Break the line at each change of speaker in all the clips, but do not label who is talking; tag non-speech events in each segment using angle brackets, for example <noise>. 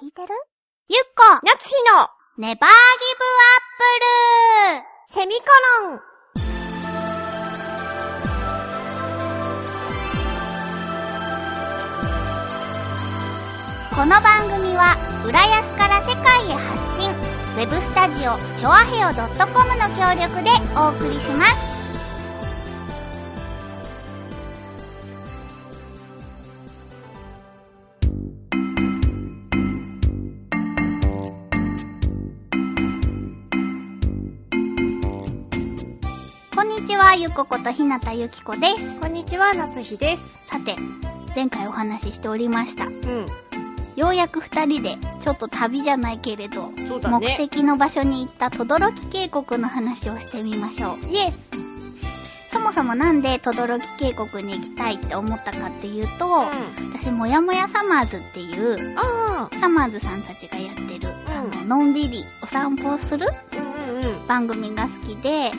聞いてるゆっこ
夏日の
ネバーギブアップル
セミコロン
この番組は浦安から世界へ発信ウェブスタジオチョアヘオ .com の協力でお送りしますこんにちはゆっこことひなたゆきこです
こんにちは夏日です
さて前回お話ししておりました
うん
ようやく二人でちょっと旅じゃないけれど、
そうだ
目
ね
的の場所に行った轟渓谷の話をしてみましょう
イエス
そもそもなんで轟渓谷に行きたいって思ったかっていうと、
ん
私もやもやサマーズっていう
あ
サマーズさんたちがやってる、
うん
あののんびりお散歩をする
あうんうんうん
番組が好きで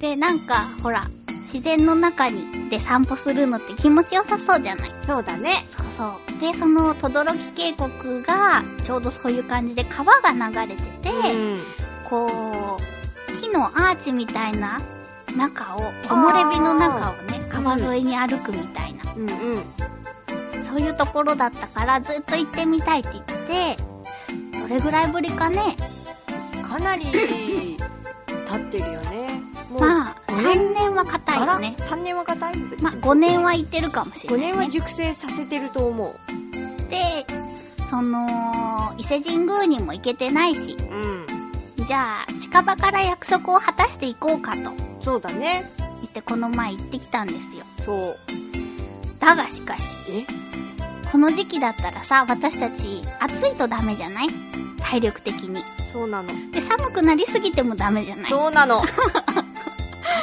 でなんかほら自然の中にで散歩するのって気持ちよさそうじゃない
そうだね
そうそう。で、その、轟渓谷が、ちょうどそういう感じで川が流れてて、
うん
こう、木のアーチみたいな中を、木漏れ日の中をね、川沿いに歩くみたいな、
うんうん
そういうところだったから、ずっと行ってみたいって言って、どれぐらいぶりかね、
かなり立ってるよねも
まあ、
五年
3年は硬いよね。
あら3年は硬い
まあ、5年は行ってるかもしれな
5
い、ね。
年は熟成させてると思う
で、その、伊勢神宮にも行けてないし、
うん
じゃあ、近場から約束を果たしていこうかと
そうだね
言ってこの前行ってきたんですよ。
そう
だがしかし、
え
この時期だったらさ、私たち暑いとダメじゃない体力的に。
そうなの
で、寒くなりすぎてもダメじゃない
そうな <laughs> の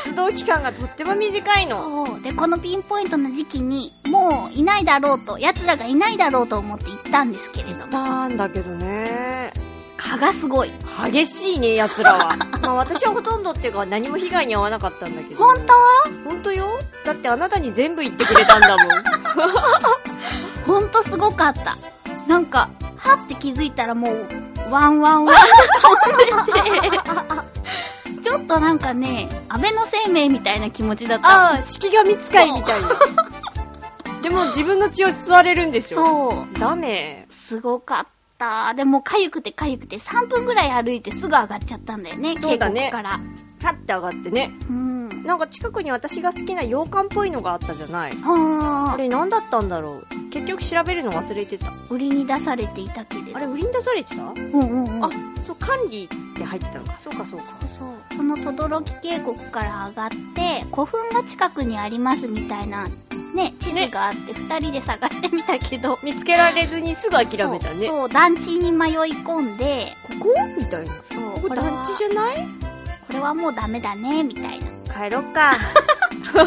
活動期間がとっても短いの
そう。で、このピンポイントの時期に、もういないだろうと、奴らがいないだろうと思って行ったんですけれども、
なんだけどね
蚊がすごい。
激しいね奴らはまあ私はほとんどっていうか何も被害に遭わなかったんだけど
本
本当よだってあなたに全部言ってくれたんだもん
当ほんとすごかった。なんか、はって気づいたらもう、ワンワンワン
<laughs>
と倒れて、ちょっとなんかね、安倍の生命みたいな気持ちだった。
ああ式神使いみたいなでも自分の血を吸われるんでしょ
そう。
ダメ
すごかった。でも、かゆくてかゆくて、3分ぐらい歩いてすぐ上がっちゃったんだよね、
そうだ
渓谷
ね
から。
パッて上がってね
うん。
なんか近くに私が好きな洋館っぽいのがあったじゃないあ
は
れ何だったんだろう結局調べるの忘れてた
あ、売りに出されていたけれど。
あれ売りに出されてた
うんうんうん。
あそう管理って入ってたのかそうかそうか
そうそう。その轟渓谷から上がって、古墳が近くにありますみたいな、ね、地図があって、2人で探してみたけど。
見つけられずにすぐ諦めたね
そうそう、団地に迷い込んで、
ここみたいな
そう、
ここ
れ
団
は
地じゃない
これはもうダメだね、みたいな。
帰ろっか
そ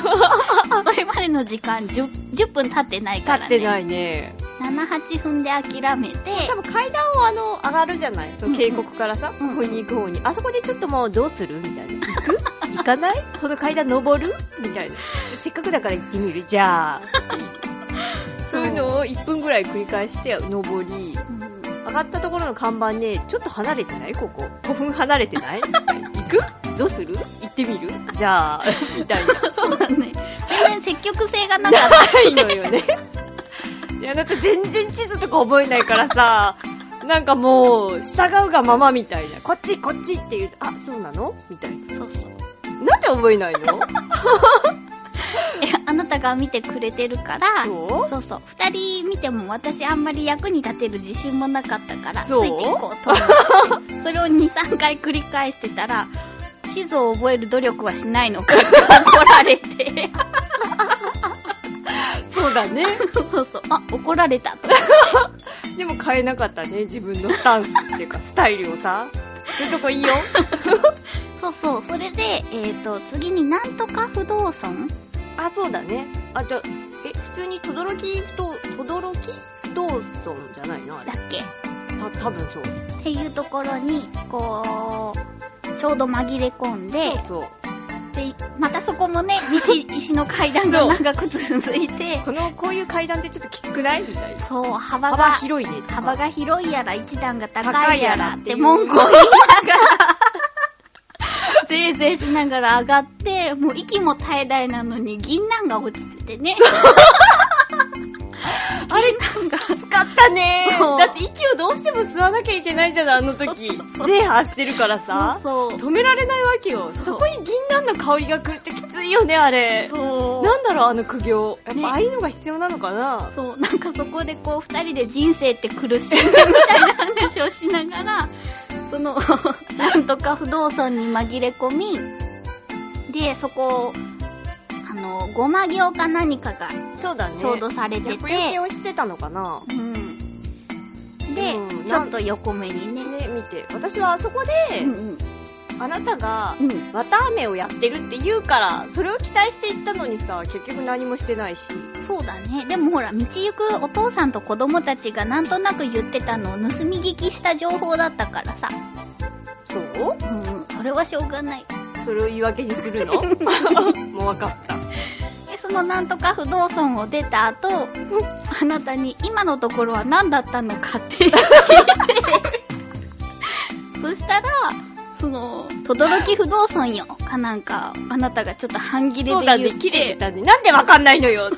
れまでの時間10、10分経ってないから
立
ね。
ってないね
78分で諦めて
多分階段をあの上がるじゃないその渓谷からさ、
うんうん
ここに行く方にあそこでちょっともうどうするみたいな行く行かないこの階段登るみたいなせっかくだから行ってみるじゃあそういうのを1分ぐらい繰り返して登り
うん
上がったところの看板ねちょっと離れてないここ5分離れてない行くどうする行ってみるじゃあみたいな
そうだね全然積極性がなか
<laughs>
っ
ないのよねいやなんか全然地図とか覚えないからさなんかもう従うがままみたいなこっちこっちって言うとあそうなのみたいな
たそうそう
なんで覚えないの
いやあなたが見てくれてるから
そう
そうそう2人見ても私あんまり役に立てる自信もなかったからつ
そう
いていこうと思
<laughs>
ってそれを23回繰り返してたら地図を覚える努力はしないのかって怒られ
<laughs>
て
そうだね
そうそうあ怒られたと思って
でも変えなかったね自分のスタンスっていうかスタイルをさそういうとこいいよ
そうそうそれでえっ、と次になんとか不動尊
あそうだねあじゃあえ普通に轟不動轟不動尊じゃないのあ
だ
れ
っけ
た多分そう
っていうところにこうちょうど紛れ込んで
そう
で、またそこもね、西、石の階段が長く続いて、
このこういう階段ってちょっときつくないみたいな
そう、幅
幅
が、
広いねとか
幅が広いやら、一段が高いやらって
高いやらっていう
文句を言いながら、 <laughs> ぜいぜいしながら上がって、もう息も絶え絶えなのに、銀杏が落ちててね。
あれ
なんか、
きつかったね
そう
だって息をどうしても吸わなきゃいけないじゃないあの時
そうそうそう
制覇してるからさ
そうそう。
止められないわけよ
そう
そこに銀杏の香りがくるってきついよねあれ
そう。
なんだろうあの苦行やっ
ね
ぱああいうのが必要なのかな、
そう、なんかそこでこう、二人で人生って苦しいみたいな話をしながら、その、 <laughs> なんとか不動産に紛れ込み、で、そこを、あの、ごま行か何かが
そうだね
ちょうどされてて、
厄除けをしてたのかな
うん。で、
うん
ちょっと横目にね。
ね見て私はあそこで、
うんうん。
あなたが
うん。
綿飴をやってるって言うからそれを期待して行ったのにさ結局何もしてないし
そうだね。でもほら、道行くお父さんと子供たちがなんとなく言ってたのを盗み聞きした情報だったからさ。
そう
うんうん。それはしょうが <laughs> ない。
それを言い訳に
<laughs>
するのもう分かった
で、そのなんとか不動尊を出た後、あなたに今のところは何だったのかって聞いて、そしたら、その、とどろき不動尊よ、かなんか、あなたがちょっと半切れ
そうだ
で
ね
言っ
切れて
て、
たねなんで分かんないのよ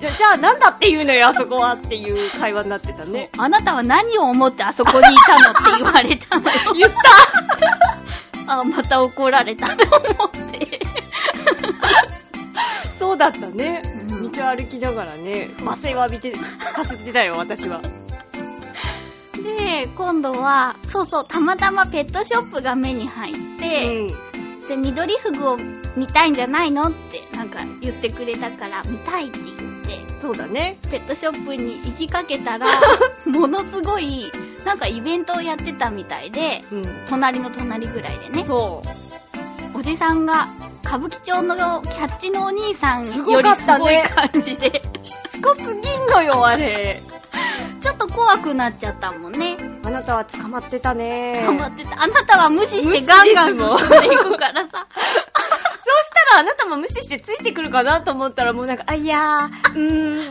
じゃじゃあなんだって言うのよあそこはっていう会話になってたね
<laughs> あなたは何を思ってあそこにいたのって言われたのよ。
言っ
<laughs>
た
あ、また怒られたと思って。
そうだったね、
うん
道を歩きながらね罵声を浴びてかすってたよ私は
で、今度は、そうそう、たまたまペットショップが目に入って、
うん
で緑フグを見たいんじゃないのってなんか言ってくれたから見たいって言っ
そうだね
てペットショップに行きかけた
<laughs>
らものすごいなんかイベントをやってたみたいで
うん
隣の隣ぐらいでね
そう
おじさんが歌舞伎町のキャッチのお兄さん
す
よ
ごか
り
っ
す
た
ごい
ね
感じ
<laughs>
で
しつこすぎんのよあれ
ちょっと怖くなっちゃったもんね
あなたは捕まってたね
頑張ってたあなたは無視してガンガン進んでいくからさ
そうしたらあなたも無視してついてくるかなと思ったらもうなんか、あ、いやー、う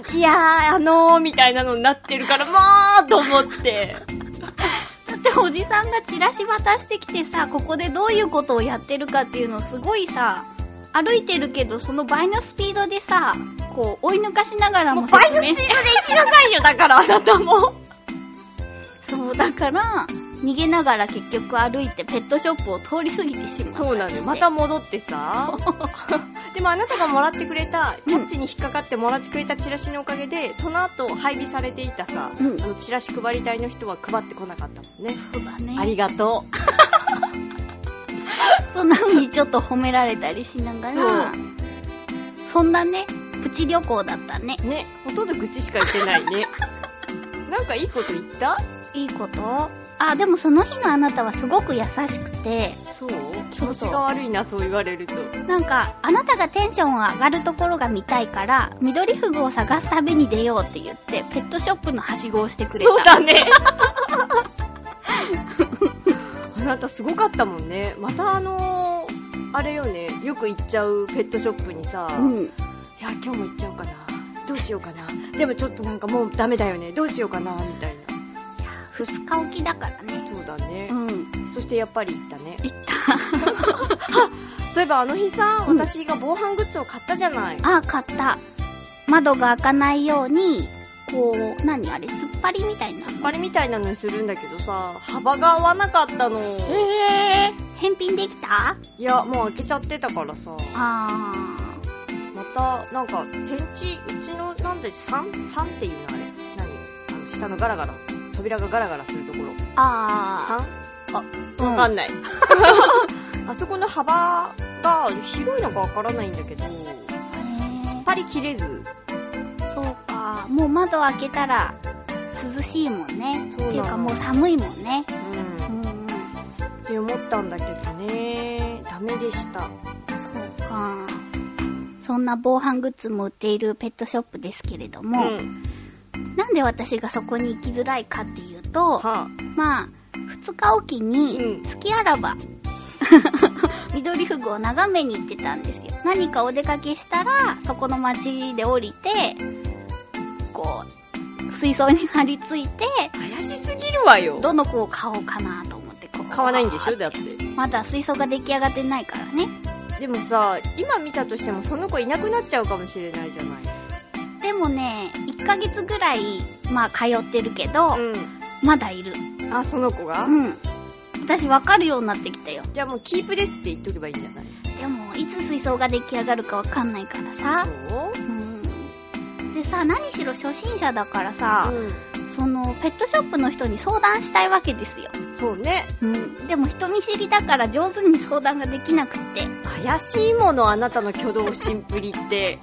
ーん、いやー、あのー、みたいなのになってるから、もうと思 <laughs> って。
だっておじさんがチラシ渡してきてさここでどういうことをやってるかっていうのをすごいさ歩いてるけどその倍のスピードでさこう追い抜かしながらも
もう倍の
説明し
行きなさいよ、だからあなたも。
<laughs> そうだから逃げながら結局歩いてペットショップを通り過ぎてしまった
そうなん
で
ですす。また戻って <laughs> さ。でもあなたがもらってくれた、キャッチに引っかかってもらってくれたチラシのおかげで、その後配備されていたさ、
うん
あのチラシ配り隊の人は配ってこなかったもんね。
そうだ
あ
ね
りがと
そんな風にちょっと褒められたりしながら
そ
そんなねプチ旅行だったね
う。ね、ほとんど愚痴しか言ってないね。 <laughs> なんかいいこと言った
いいことあでもその日のあなたはすごく優しくて
そう気
そう
持ちが悪いなそう言われると
なんか、あなたがテンション上がるところが見たいから、緑フグを探す旅に出ようって言って、ペットショップのはしごをしてくれた。
そうだねあなたすごかったもんねまたあのーあれよねよく行っちゃうペットショップにさ、
う
い
ん。
や今日も行っちゃおうかなどうしようかなでもちょっとなんかもうダメだよねどうしようかなみたいな
二日置きだからね。
そうだね
う、ん。
そしてやっぱり行ったね
行っ
そういえば <laughs> あの日さ
うん
私が防犯グッズを買ったじゃない、
た。ああ、買った。窓が開かないように、こう、何あれ、突っ張りみたいなの。
あれみたいなのにするんだけどさ幅が合わなかったの
ええー、返品できた
いやもう開けちゃってたからさ
あ
またなんかセンチうちのなんで三三っていうのあれ何あの下のガラガラ扉がガラガラするところ
ー。あ
三
ー。
わかんないあそこの幅が広いのかわからないんだけど引
うん
っ張り切れず
えーそうか。もう窓開けたら、涼しいもんね。
そうなの
っていうかもう寒いもんね。
うん
うんうん。
って思ったんだけどねダメでした
そうか。そんな防犯グッズも売っているペットショップですけれども、
ん
なんで私がそこに行きづらいかっていうと、
はあ
まあ、2日おきに
うん
月あらば、 <laughs> 緑ふぐを眺めに行ってたんですよ。何かお出かけしたら、そこの町で降りて、こう、水槽に張り付いて、
怪しすぎるわよ
どの子を買おうかなと思って、こう。
買わないんでしょ
わー
だ
っ
ってて
まだ水槽が出来上がってないからね。
でもさ今見たとしてもその子いなくなっちゃうかもしれないじゃない
でもね、1ヶ月ぐらい、まあ通ってるけど、
う
まだいる。
んあその子が、
うん。私わかるようになってきたよ。
じゃあもうキープですって言っとけばいいんじゃない
でも、いつ水槽が出来上がるかわかんないからさ。
そう
うん。でさ、何しろ初心者だからさ、
う
その、ペットショップの人に相談したいわけですよ。
ん、そうね
うん。でも人見知りだから上手に相談ができなくって。
怪しいものあなたの挙動しんぷりって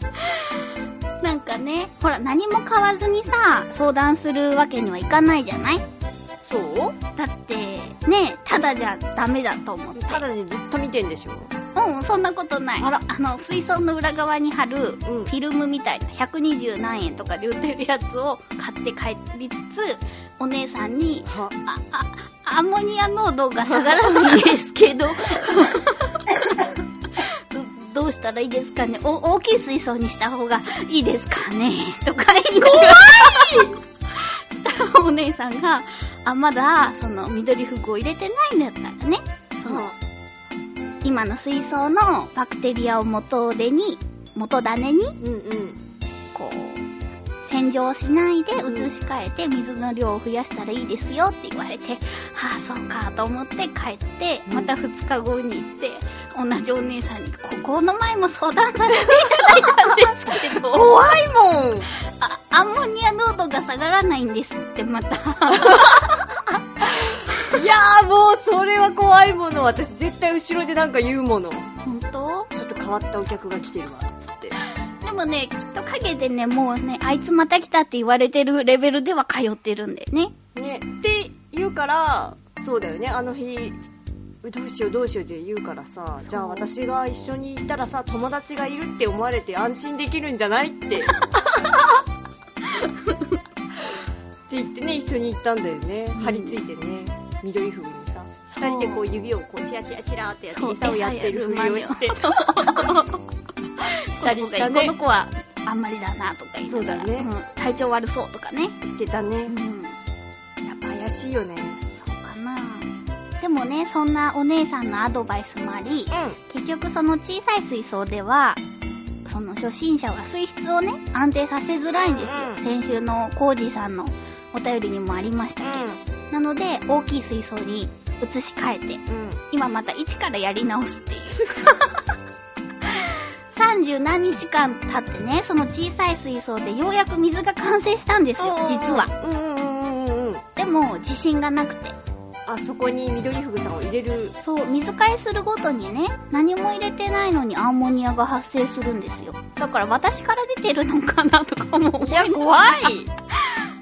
なんかね、ほら、何も買わずにさ、相談するわけにはいかないじゃない
そう
だって、ね、ただじゃダメだと思って。
ただでずっと見てんでしょ
うん、そんなことない。
あら
の、水槽の裏側に貼る、フ
うん
ィルムみたいな、120何円とかで売ってるやつを買って帰りつつ、お姉さんに、
は
あ、あ、アンモニア濃度が下がらないですけど、ど <laughs> どうしたらいいですかねお大きい水槽にした方がいいですかねとか言いながら。そしたら <laughs> お姉さんが、あ、まだ、その、緑服を入れてないんだったらね、その、今の水槽のバクテリアを元手に、元種に、
うんうん
こう、洗浄しないで移し替えて水の量を増やしたらいいですよって言われて、ああ、そうかと思って帰って、
うん
また2日後に行って、同じお姉さんに、ここの前も相談されていただいたんですけ
<laughs>
ど、
怖いもん
あアンモニア濃度が下がらないんですってまた、
いやーもうそれは怖いもの私絶対後ろでなんか言うものち
本当
ょっと変わったお客が来てるわつって
でもね、きっと陰でね、もうね、あいつまた来たって言われてるレベルでは通ってるんだよね。
ねって言うからそうだよねあの日どうしようどうしようって言うからさじゃあ私が一緒に行ったらさ友達がいるって思われて安心できるんじゃないってって言ってね一緒に行ったんだよね張り付いてね緑ふぐにさ
そう
二人でこう指をこうチラチラチラってやって
そう
餌をやってるふりをして
餌
したりした
こ
ね
の子はあんまりだなとか言いながら
そうだね
ん体調悪そうとかね
言ってた
ん
ねやっぱ怪しいよね
そうかなでもねそんなお姉さんのアドバイスもあり
う
結局その小さい水槽ではその初心者は水質をね安定させづらいんですよ、
うん
先週のコージーさんのお便りにもありましたけど、なので大きい水槽に移し替えて
んうん
今また一からやり直す
<laughs>
っていう三十何日間経ってねその小さい水槽でようやく水が完成したんですよ実は
うんうんうんうんうん
でも自信がなくて
あそこに緑ふぐさんを入れる
そう水替えするごとにね何も入れてないのにアンモニアが発生するんですよだから私から出てるのかなとかも思
いや
い
怖いいや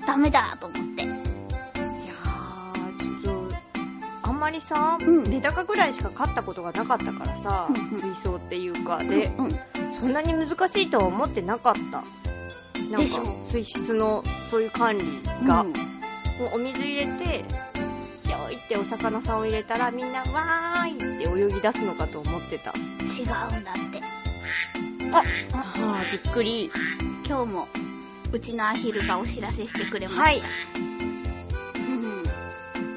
ダメだと思って
ーちょっとあんまりさ、
うん
メダカぐらいしか飼ったことがなかったからさ、
うんうん
水槽っていうかで、
うんうん
そんなに難しいとは思ってなかったなんか
でしょ
水質のそういう管理が、
うん
もうお水入れてひょいってお魚さんを入れたらみんなわーいって泳ぎ出すのかと思ってた
違うんだって
あーびっくり
今日もうちのアヒルがお知らせしてくれました、
はい
うん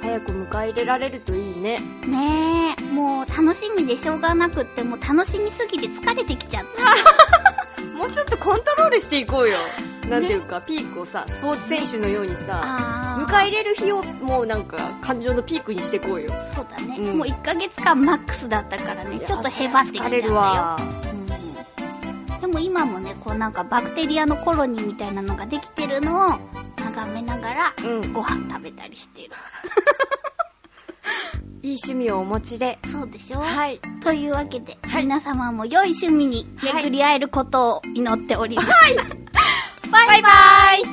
早く迎え入れられるといいね
ねえもう楽しみでしょうがなくってもう楽しみすぎて疲れてきちゃった
もうちょっとコントロールしていこうよ。なんていうか、ピークをさ、スポーツ選手のようにさ、迎
あ
え入れる日をもうなんか、感情のピークにしていこうよ。
そうだね、
うん
もう1ヶ月間マックスだったからねちょっとへばってきちゃった
いやそりゃ疲れる
よ、
わ。
うん、でも今もねこうなんかバクテリアのコロニーみたいなのができてるのを眺めながら
うん。
ご飯食べたりしてる
いい趣味をお持ちで。
そうでしょ、
はい。
というわけで、
はい
皆様も良い趣味に巡り合えることを祈っております、 <laughs>
バイバイ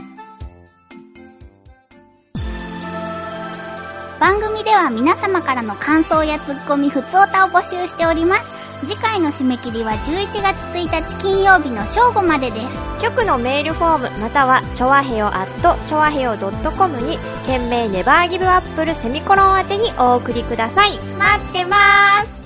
番組では皆様からの感想やツッコミ、ふつおたを募集しております。次回の締め切りは11月1日金曜日の正午までです。
局のメールフォームまたはチョアヘヨアットチョアヘヨ .com に懸命ネバーギブアップルセミコロン宛てにお送りください
待ってまーす。